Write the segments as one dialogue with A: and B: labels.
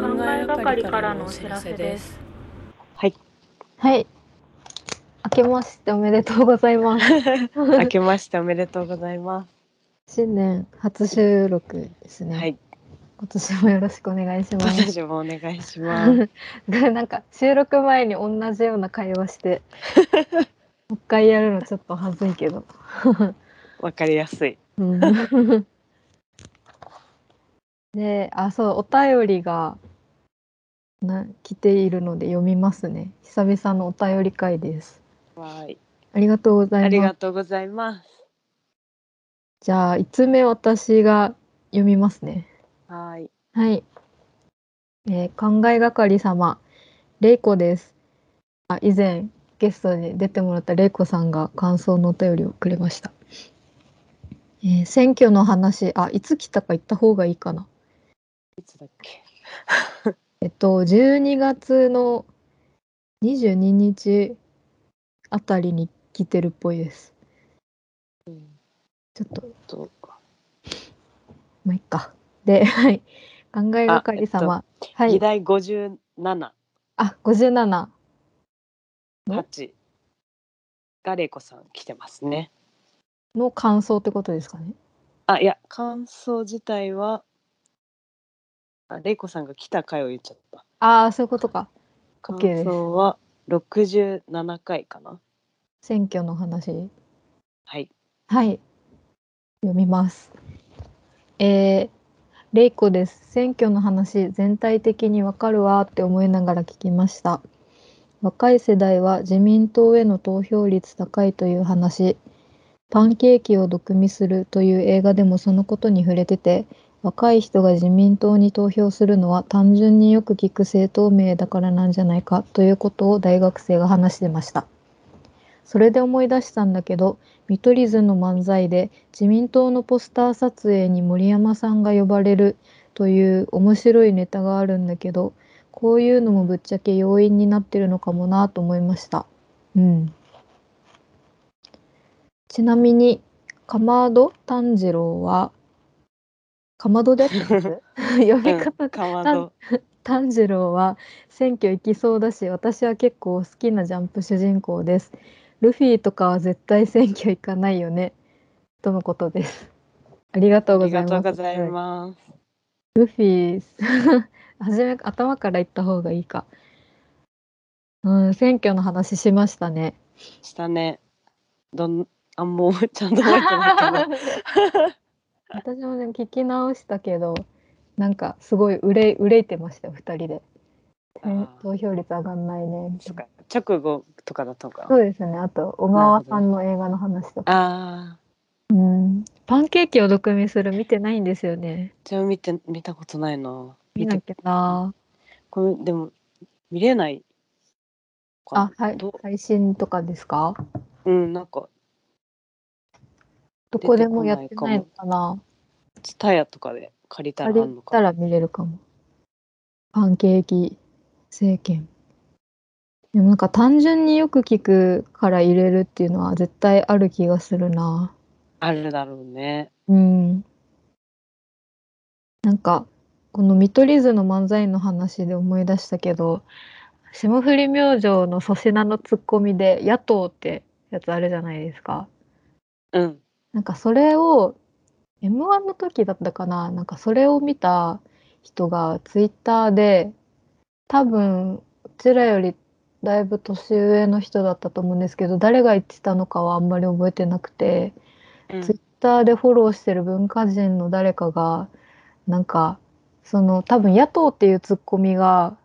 A: 係からのお知らせです。
B: はい、
C: はい。明けましておめでとうございます。
B: 明けましておめでとうございま
C: 新年初収録です
B: す。
C: ね。
B: はい、
C: 今年もよろしくお願いしま
B: 今
C: す。
B: 年もお願いします。
C: なんか収録前に同じような会話 して、もう一回やるのちょっと恥ずいけど。
B: わかりやすい。
C: うんで、あ、そう、お便りがな来ているので読みますね。久々のお便り会です。
B: わーい。
C: ありがとうござ
B: あ
C: い
B: り
C: ます
B: が。とうございます。
C: じゃあ、5つ目私が読みますね。
B: はーい。
C: はい。えー考えがかり様、れいこです。あ、以前ゲストに出てもらったれいこさんが感想のお便りをくれました。えー選挙の話、あ、いつ来たか言った方がいいかな。
B: いつだっけ。
C: えっと、12月の22日あたりに来てるっぽいです。
B: うん
C: ちょっと、
B: と
C: まあ、いっか。で、はい。考えがかり様。はい
B: 議。題五十七
C: あ、57。
B: 八がれいこさん来てますね。
C: の感想ってことですかね。
B: あ、いや感想自体はあれいこさんが来た回を言っちゃった。
C: ああ、そういうことか。
B: 感
C: OK です
B: 想は六十七回かな。
C: 選挙の話。
B: はい。
C: はい。読みます。えー、レイコです。選挙の話、全体的にわかるわーって思いながら聞きました。若い世代は自民党への投票率高いという話、パンケーキを毒味するという映画でもそのことに触れてて、若い人が自民党に投票するのは単純によく聞く政党名だからなんじゃないかということを大学生が話してました。それで思い出したんだけど、見取り図の漫才で自民党のポスター撮影に森山さんが呼ばれるという面白いネタがあるんだけどこういうのもぶっちゃけ要因になってるのかもなと思いました。うん、ちなみにかまど炭治郎はかまどで合ってます呼び
B: う
C: 方
B: ん、かまど。
C: 炭治郎は選挙行きそうだし私は結構好きなジャンプ主人公ですルフィとかは絶対選挙行かないよねとのことですありがとう
B: あ
C: ご
B: り
C: ざい
B: が
C: ます
B: とうございます。
C: ルフィ 初め頭から言った方がいいかうん選挙の話しましたね
B: したね。どん、あんもうちゃんと覚えてないけ
C: 私もね聞き直したけどなんかすごい憂い憂いてましたよ二人で
B: あー
C: 投票率上がんないねみたい
B: ど。
C: な
B: とか、直後とかだったのか
C: そ
B: な。
C: うですね。あと、小川さんの映画の話とか。
B: ああ、
C: うん。パンケーキを毒味する見てないんですよね。
B: じゃあ見て、見たことないな。
C: 見なきゃな。
B: これ、でも、見れない。
C: あ、はい
B: ど。
C: 配信とかですか
B: うん、なんか、
C: どこでもやってないのかな
B: ツタヤとかで借りた
C: 借
B: らあ
C: り
B: んのか
C: た
B: な。
C: ら見れるかも。パンケーキ政権。でもなんか単純によく聞くから入れるっていうのは絶対ある気がするな。
B: あるだろうね。
C: うん。なんか、この見取り図の漫才の話で思い出したけど、霜降り明星の粗品のツッコミで野党ってやつあるじゃないですか。
B: うん。
C: なんかそれを、M1 の時だったかな、なんかそれを見た人がツイッターで、多分、うちらよりだいぶ年上の人だったと思うんですけど、誰が言ってたのかはあんまり覚えてなくて、
B: うん
C: ツイッターでフォローしてる文化人の誰かがなんかその多分野党っていうツッコミが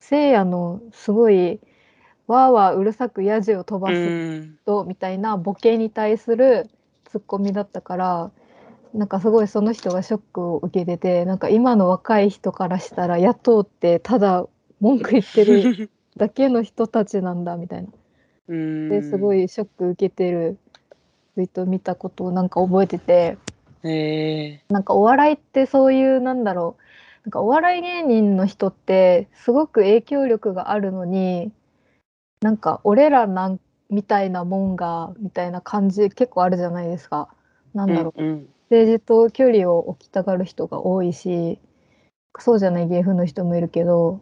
C: せいやのすごいわーわーうるさくやじを飛ばす
B: うん。
C: 人みたいなボケに対するツッコミだったからなんかすごいその人がショックを受けててなんか今の若い人からしたら野党ってただ文句言ってる だけの人たちなんだみたいな。
B: うん。
C: ですご。いショック受けてるツイート見たことをなんか覚えてて
B: ええ
C: なんかお笑いってそういうなんだろうなんかお笑い芸人の人ってすごく影響力があるのになんか俺らなんみたいなもんがみたいな感じ結構あるじゃないですか。なんだろ
B: う
C: う
B: ん。
C: 政治と距離を置きたがる人が多いしそうじゃない芸風の人もいるけど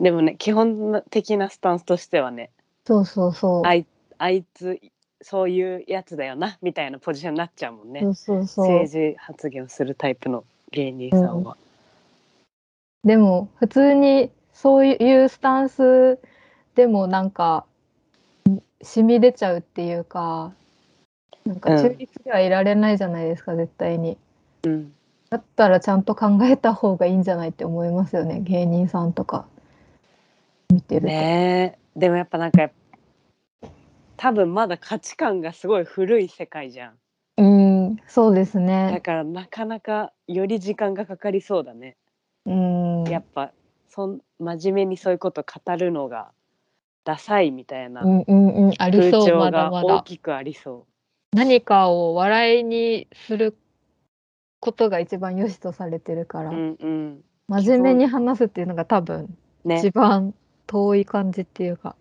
B: でもね基本的なスタンスとしてはね
C: そうそうそう、
B: あいあいつそういうやつだよなみたいなポジションになっちゃうもんね
C: そうそうそう
B: 政治発言をするタイプの芸人さんは、
C: でも普通にそういうスタンスでもなんか染み出ちゃうっていうかなんか中立ではいられないじゃないですか、絶対に。
B: うん
C: だったらちゃんと考えた方がいいんじゃないって思いますよね芸人さんとか見てると。
B: ねえでもやっぱなんか多分まだ価値観がすごい古い世界じゃん
C: うんそうです
B: だ
C: ね。
B: からなかなかより時間がかかりそうだね
C: うん
B: やっぱそん真面目にそういうこと語るのがダサいみたいな
C: うんうんうんあり
B: 風
C: そう
B: 潮
C: まだ
B: が
C: ま
B: 大
C: だ。
B: きくありそ
C: 何かを笑いにすることが一番良しとされてるか
B: う
C: ら、
B: うんうん
C: 真面目に話すっていうのが多分
B: ね
C: 一番遠い感じっていうか。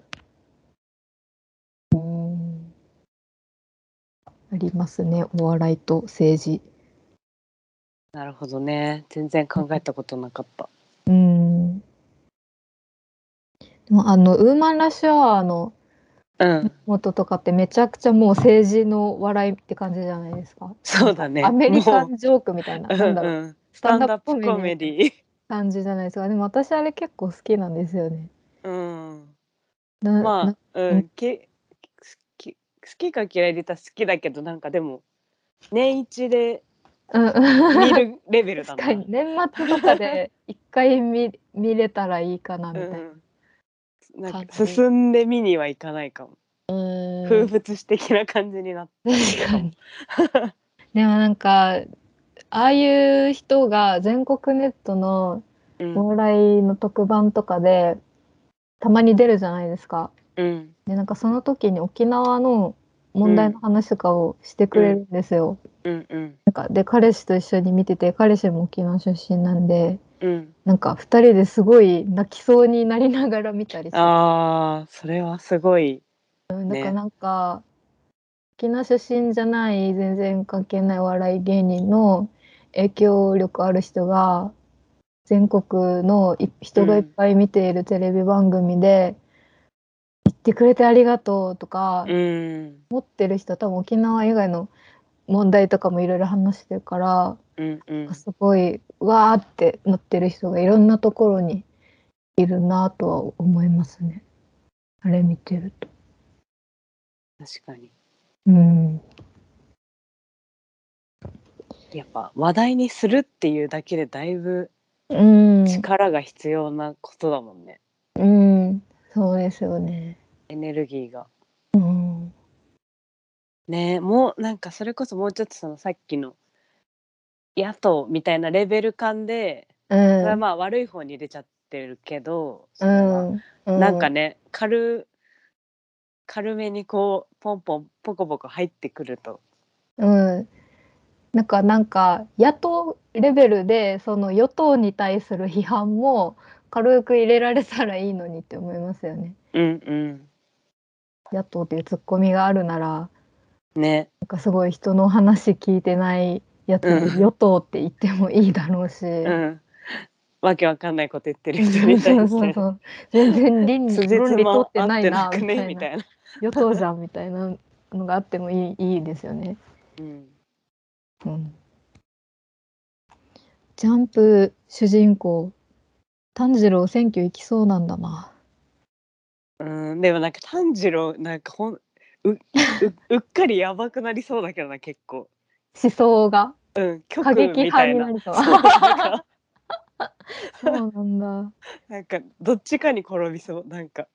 C: うん。ありますね。お笑いと政治。
B: なるほどね全然考えたことなかった
C: うん。でもあの、ウーマンラッシュアワーの
B: うん
C: 元とかってめちゃくちゃもう政治の笑いって感じじゃないですか。
B: そうだね
C: アメリカ
B: も
C: ンジョークみたいな。
B: う
C: なんだ
B: う
C: ろう。
B: んうんスタンダッ
C: ス
B: プ
C: タンダップ
B: コ
C: コメ
B: メ
C: デ
B: デ
C: ィ
B: ィ
C: 感じじゃないですか。でも私あれ結構好きなんですよね。
B: うん
C: な
B: ま
C: な
B: あ、う、
C: うん
B: け好き好きか嫌いで言ったら好きだけどなんかでも年一で
C: うんうん
B: 見るレベルだ
C: 確
B: な。
C: かに年末とか で一回見見れたらいいかなみ
B: う
C: たいな。
B: んなんか
C: 感じ
B: 進んで見にはいかないかも、
C: うん
B: 風物詩的な感じになってる
C: 確
B: か
C: か
B: も
C: にでもなんかああいう人が全国ネットの
B: うん
C: お笑いの特番とかでたまに出るじゃないですか。
B: うん
C: でなんかその時に沖縄の問題の話とかをしてくれるんですよ。
B: うんうん
C: なんかで彼氏と一緒に見てて彼氏も沖縄出身なんで
B: うん
C: なんか2人ですごい泣きそうになりながら見たりして
B: あーそれはすごい
C: うんだ
B: ね
C: からなんか、沖縄出身じゃない全然関係ないお笑い芸人の影響力ある人が全国のい人がいっぱい見ているテレビ番組で「言ってくれてありがとう」とか
B: うん
C: 持ってる人多分沖縄以外の問題とかもいろいろ話してるから
B: うんうん
C: すごいうわーってなってる人がいろんなところにいるなとは思いますね。あれ見てると。
B: 確かに
C: うん
B: やっぱ話題にするっていうだけでだいぶ
C: うん、
B: 力が必要なことだもんね、
C: うん、そうですよね。
B: エネルギーが。
C: うん、
B: ねえもうなんかそれこそもうちょっとそのさっきの野党みたいなレベル感で、
C: う
B: それは
C: ん、
B: まあ悪い方に出ちゃってるけど、それは
C: うん、
B: なんかね軽軽めにこうポンポンポコポコ入ってくると、
C: うん、なんかなんか野党レベルでその与党に対する批判も軽く入れられたらいいのにって思いますよね。
B: うん
C: 野党っていうツッコミがあるなら、な
B: うんね
C: んかすごい人の話聞いてないやつ
B: うん
C: 与党って言ってもいいだろうし。
B: うんわけわかんないこと言ってる
C: そ
B: 人
C: う
B: に対
C: そう
B: し
C: そう
B: て
C: そう全然倫理
B: つじ
C: 論
B: つ
C: 理取
B: ま
C: って
B: 合
C: な
B: っ
C: い
B: て
C: な
B: な
C: み
B: く
C: た
B: ね
C: い
B: み
C: な
B: たいな。
C: 与党じゃんみたいなのがあってもいいいいですよね。
B: うん
C: うん、ジャンプ主人公炭治郎選挙行きそうなんだな。
B: うん、でもなんか炭治郎なんかほんうううっかりやばくなりそうだけどな結構
C: 思想が
B: うん
C: 過
B: 極右
C: 激
B: みた
C: 派
B: い
C: に
B: な
C: なりそう。
B: そうなんか
C: そうなんだ。
B: なんかどっちかに転びそうなんか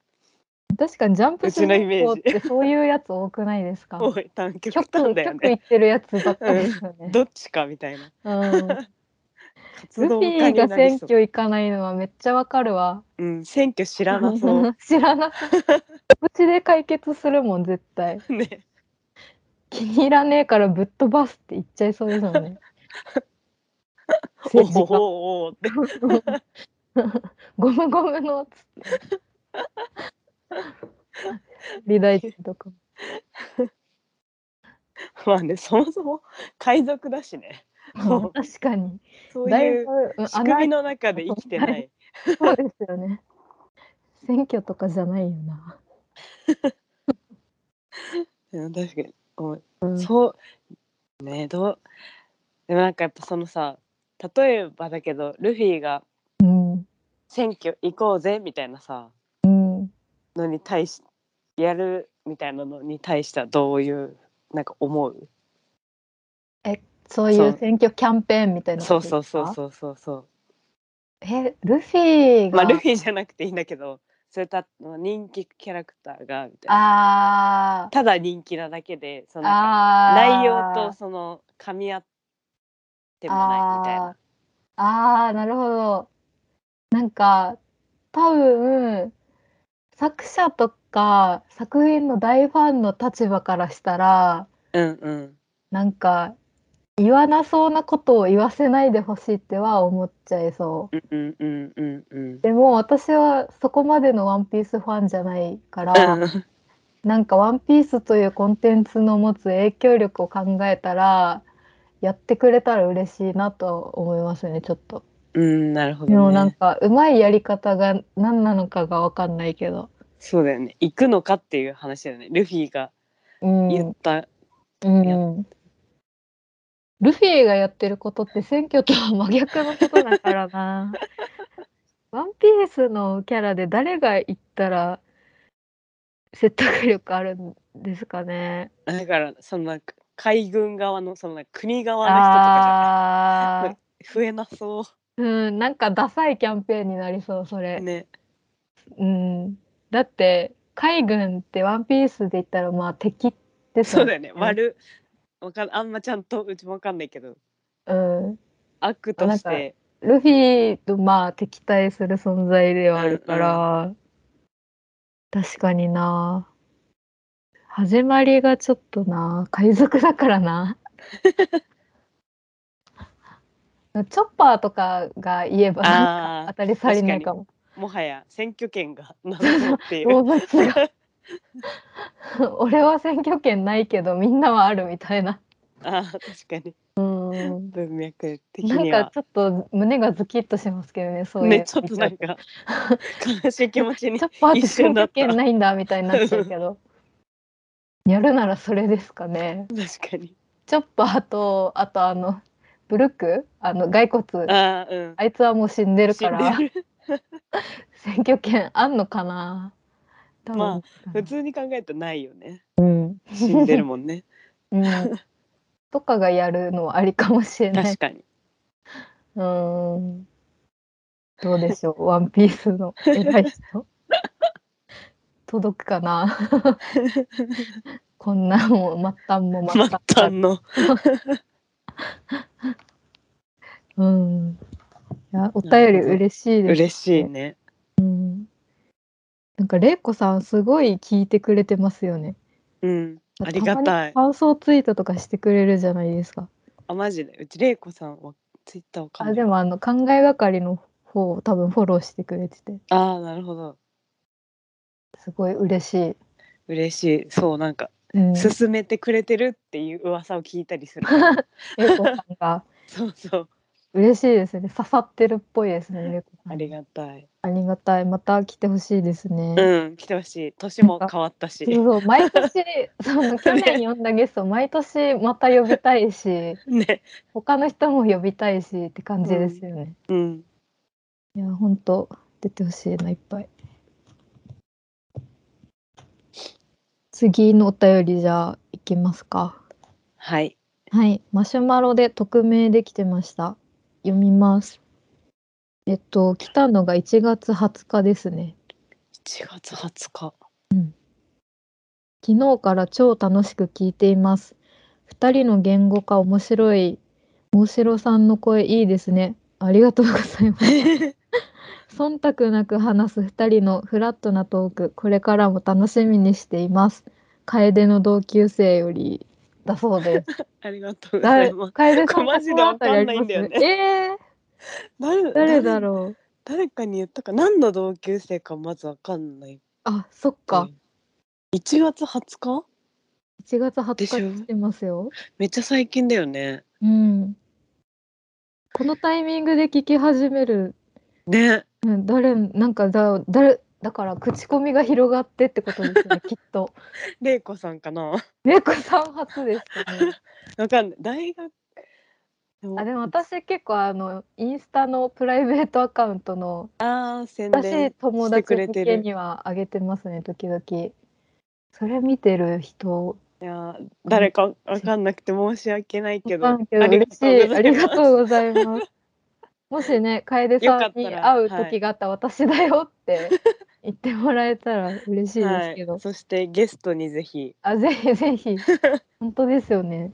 C: 確かにジャンプ主
B: うちのイ
C: 人
B: メ
C: 公
B: ー
C: っ
B: ジ
C: てそういうやつ多くないで すか。
B: おい短極
C: 極
B: 端
C: 極
B: だよ
C: 行
B: ね
C: ってるやつばっかりですよね。
B: どっちかみたいな
C: うん、
B: 活
C: ル
B: 動
C: フ
B: 家
C: ィ
B: に
C: が
B: な
C: 選
B: りそう、
C: 挙行かないのはめっちゃわかるわ。
B: うん、選挙知らなそ
C: 知らなそう。うちで解決するもん絶対。
B: う ね
C: 気に入らねえからぶっ飛ばすって言っちゃいそうですもんね。
B: おお
C: 政治家
B: おおって
C: ゴムゴムのっつって。リ大臣とか。
B: まあねそもそも海賊だしねも
C: 確かに。
B: う
C: だい
B: い
C: ぶ
B: う、
C: うん
B: 仕組みの中で生きてない。
C: そうですよね。選挙とかじゃないよな。
B: うん確かにおそうねどうでもなんかやっぱそのさ例えばだけどルフィが
C: うん。
B: 選挙行こうぜみたいなさ
C: うん。
B: のに対しやるみたいなのに対してはどういうなんか思う
C: そうい
B: そうう
C: 選挙キャンペーンみたいな
B: そ
C: こ
B: う
C: とです
B: そ
C: か。
B: うそうそうそうそ
C: え、ルフィ
B: うま
C: が。
B: あルフィじゃなくていいんだけどそれとあと人気キャラクターがみたいな
C: あ
B: ただ人気なだけでそ
C: ー
B: のなんか
C: あー。
B: 内容とその噛み合ってもないみたいな
C: あーあーなるほどなんか多分作者とか作品の大ファンの立場からしたら
B: うんうん
C: なんか言わなそうなことを言わせないでほしいっては思っちゃいそう
B: うんうんうんうんうん
C: でも私はそこまでの「ワンピースファンじゃないから、
B: うん
C: なんか「ワンピースというコンテンツの持つ影響力を考えたらやってくれたら嬉しいなと思いますねちょっと。
B: うん、なるほど、
C: で
B: ね。
C: もなんかうまいやり方が何なのかが分かんないけど、
B: そうだよね。行くのかっていう話だよね。ルフィが
C: うん
B: 言った。
C: うん、ルフィがやってることって選挙とは真逆のことだからなワンピースのキャラで誰が言ったら説得力あるんですかね
B: だから、そのなんか海軍側の、そのなんか国側の人とか
C: ああ
B: じゃ増えなそ。
C: うんなんかダサいキャンペーンになりそうそうれ、
B: ね。
C: うんだって海軍ってワンピースで言ったらまあ敵です
B: そ
C: よ
B: うだよね。悪。わかん、あんまちゃんと、うちもわかんないけど。
C: うん
B: 悪として。
C: ルフィとまあ敵対する存在ではあるから、確かにな始まりがちょっとな海賊だか らなチョッパーとかが言えばな
B: あ
C: ん
B: ー
C: か当たり障りないかも
B: もはや選挙権が謎ってい
C: 動
B: う。
C: 物 が俺は選挙権ないけどみんなはあるみたいな
B: ああ、確かに。
C: うん
B: 文脈的
C: なん
B: に
C: か
B: は。
C: ちょっと胸がズキッとしますけどねそういう
B: ね、ちょっとなんか。悲しい気持ち に
C: チョ。ッパーって
B: 一瞬
C: 選
B: だ
C: 挙
B: った
C: 権ないんだみたいになっちゃうけどやるならそれですかね
B: 確かに。
C: チョッパーとあとあのブルックあの骸骨あ
B: ああ、うん。
C: いつはもう死んでるから
B: 死んでる
C: 選挙権あんのかな多分
B: まあ普通に考えたらないよね。
C: うん、
B: 死んでるもん ね。
C: うん、とかがやるのはありかもしれない
B: 確かに。
C: うーんどうでしょう「ワンピースの偉い人届くかな こんなもう末端も
B: 末端 の。
C: うん。いや、お便り嬉しいです。
B: 嬉しいね。
C: なんか、れいこさん、すごい聞いてくれてますよね。
B: うん。あり
C: た
B: が
C: ま
B: た
C: に
B: い。
C: 感想ツイートとかしてくれるじゃないですか。
B: あ、マジで。うち、れいこさんはツイッターをか
C: あ、でも、あの、考えがかりの方を多分フォローしてくれてて、
B: ああ、なるほど。
C: すごい嬉しい。
B: 嬉しい。そう、なんか、
C: うん、れ
B: 勧めてくれてるっていう噂を聞いたりす るから。
C: いこさんが、
B: そうそう。
C: 嬉しいですね。刺さってるっぽいですね、れいこさん。
B: ありがたい。
C: ありがたい。また来てほしいですね。
B: うん、来てほしい。年も変わったし。
C: そうそう毎年その去年呼んだゲスト毎年また呼びたいし
B: ね。
C: 他の人も呼びたいしって感じですよね。
B: うん。
C: いや本当出てほしいないっぱい。次のお便りじゃあいきますか。
B: はい。
C: はい、マシュマロで匿名できてました。読みます。えっと来たのが1月20日ですね。
B: 1月20日。
C: 昨日から超楽しく聞いています。二人の言語化面白い。大城さんの声いいですね。ありがとうご ざいます。忖度なく話す二人のフラットなトーク、これからも楽しみにしています。楓の同級生よりだそ うです。
B: ありがとうござ
C: だ
B: います。
C: 楓
B: こ
C: さ
B: れ
C: ん
B: マジでわかんないんだよね
C: 心当たりあります
B: 誰
C: えー、誰だろ う。
B: 誰かに言ったか何の同級生かまずわかんない
C: あ、そっか。
B: 1月20日
C: 1月
B: でしょ
C: 20日来てますよ。
B: めっちゃ最近だよね
C: うん。このタイミングで聞き始める、
B: ね
C: うん、誰なんかだ誰だから口コミが広がってってことで すねきっと。
B: 玲子さんかな
C: 猫さん初ですかね。
B: わかんない大学でも
C: あでも私結構あのインスタのプライベートアカウントの
B: あー宣
C: 私
B: 伝し
C: 友
B: て
C: 達
B: くれ
C: 向
B: て
C: け
B: るい
C: にはあげてますね時々。それ見てる人
B: やー誰かわかんなくて申し訳ないけど
C: わかんないけど
B: ありが
C: 嬉し
B: とうご
C: い
B: ざ
C: ありが
B: い
C: とうございます。もしね楓
B: よか
C: さ
B: っ
C: んに
B: たら
C: 会う時があったら私だよ って言ってもらえたら嬉しい
B: ま
C: ですすけど、
B: はい、そしてゲストにぜひ
C: あぜひ ぜひ本当ですよね。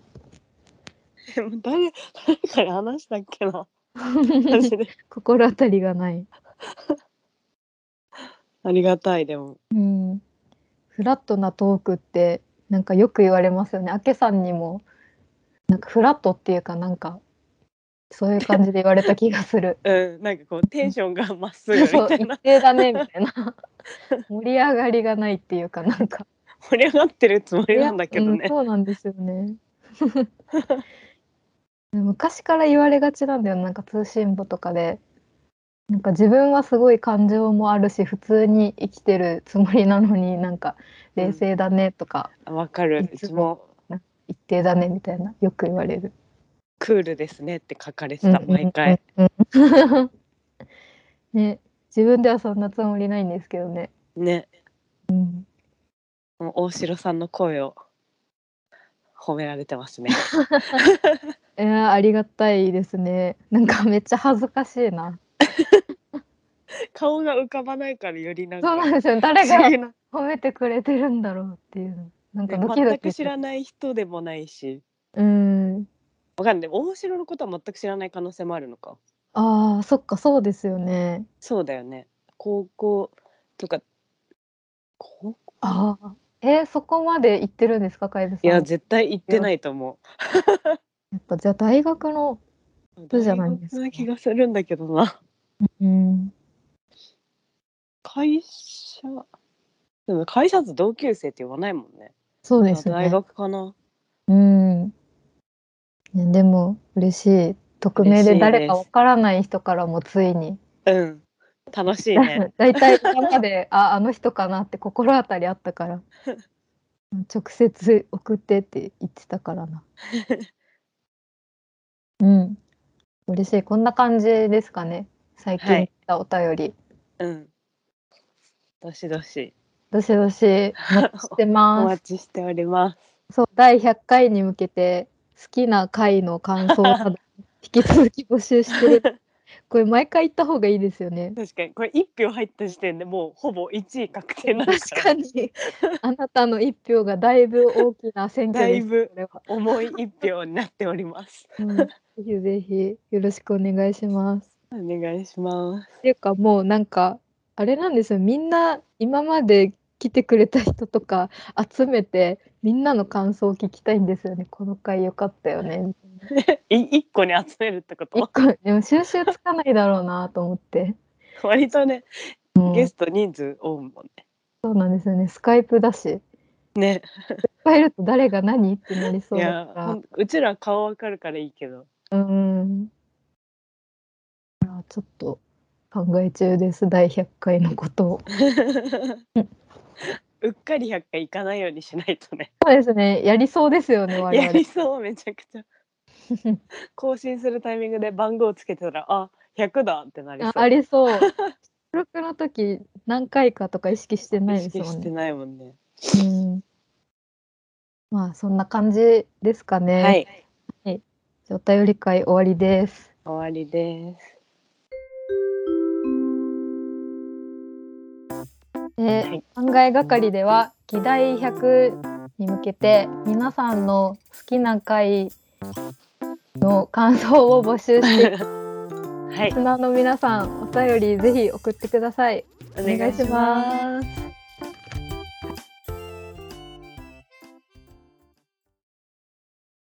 B: でも誰誰かに話したっけ なマジで
C: 心当たりがない。
B: ありがたいでも。
C: うん、フラットなトークってなんかよく言われますよね。あけさんにもなんかフラットっていうかなんかそういう感じで言われた気がする
B: うんなんかこうテンションがまっすぐみ
C: そう
B: たい
C: 一
B: な
C: 定だねみたいな盛り上がりがないっていうかなんか
B: 盛り上がってるつもりなんだけど
C: いやうん
B: ね
C: そうなんですよね。 昔から言われがちなんだよなんか通信簿とかでなんか自分はすごい感情もあるし普通に生きてるつもりなのになんか冷静だねとか、
B: あわかる
C: いつも
B: いつも
C: 一定だねみたいなよく言われる。
B: クールですねって書かれてた毎回
C: うんうんうんうん。ね自分ではそんなつもりないんですけどね。
B: ね
C: うん、
B: もう大城さんの声を褒められてますね
C: いやありがたいですね。なんかめっちゃ恥ずかしいな。
B: 顔が浮かばないからよりなん
C: そうなん
B: か
C: ですよ
B: 不
C: 誰が
B: 思議な
C: 褒めてくれてるんだろうっていうなんか
B: ね
C: ドキド
B: 全
C: キ
B: く
C: す
B: 知
C: る
B: らない人でもないし
C: うん
B: わかんない大城のことは全く知らない可能性もあるのか
C: あーそっかそうですよね
B: そうだよね高校とか高校
C: あーえーそこまで行ってるんですか楓さん
B: いや絶対行ってないと思
C: やっぱじゃあ大学の
B: う
C: そうじゃないんですか
B: 大学な気がするんだけどな
C: うん
B: 会社でも会社と同級生って言わないもんね
C: そうです
B: 大
C: ね
B: 学かな
C: うんねでも嬉しい匿名
B: 嬉しい
C: で
B: です
C: 誰かわからない人からもついに
B: うん楽しい ね
C: だいたい今までああの人かなって心当たりあった から直接送ってって言ってたか らなうん嬉しいこんな感じですかね最
B: は
C: 近
B: い
C: 来たお便り、
B: うんどしどし
C: どしどしお待ちして
B: お
C: ま
B: 待
C: す
B: ちしております
C: そう第100回に向けて好きな回の感想など引き続き募集し てるこれ毎回言った方がいいですよね
B: 確かにこれ一票入った時点でもうほぼ1位確定なんだ
C: 確か にあなたの一票がだいぶ大きな選挙です
B: だいぶ
C: これは
B: 重い一票になっております
C: うんぜひぜひよろしくお願いします。
B: お願いします
C: っていうかもうなんかあれなんですよみんな今まで来てくれた人とか集めてみんなの感想を聞きたいんですよねこの回良かった よね
B: い一個に集めるってこ
C: 一
B: と
C: 個でも収集つかないだろうなと思って
B: 割とね、
C: うん
B: ゲスト人数多いもん
C: そうなんですよねスカイプだしいっ
B: ね。
C: ぱいいると誰が何ってなりそ
B: ね。いう
C: だ
B: や
C: か、
B: ほ
C: ら
B: んうちら顔わかるからいいけど。
C: うんいやちょっと考え中です第100回のことを。
B: うっかり100回行かないようにしないとね。
C: そうですねやりそうですよね我
B: や
C: 々
B: り。そう、めちゃくちゃ。更新するタイミングで番号つけてたら、あ、100だってなりそう
C: あ。ありそう。収録の時何回かとか意識してな
B: 意
C: いです
B: 識
C: もん
B: して
C: ね。
B: ないもんね。
C: うん、まあそんな感じですかね。
B: はい、
C: お便り会終わりです。
B: 終わりです。
C: で
B: はい
C: 考えがかりでは議題100に向けて皆さんの好きな回の感想を募集して
B: はい
C: リ、スナーの皆さんお便りぜひ送ってく
B: お。
C: 願いします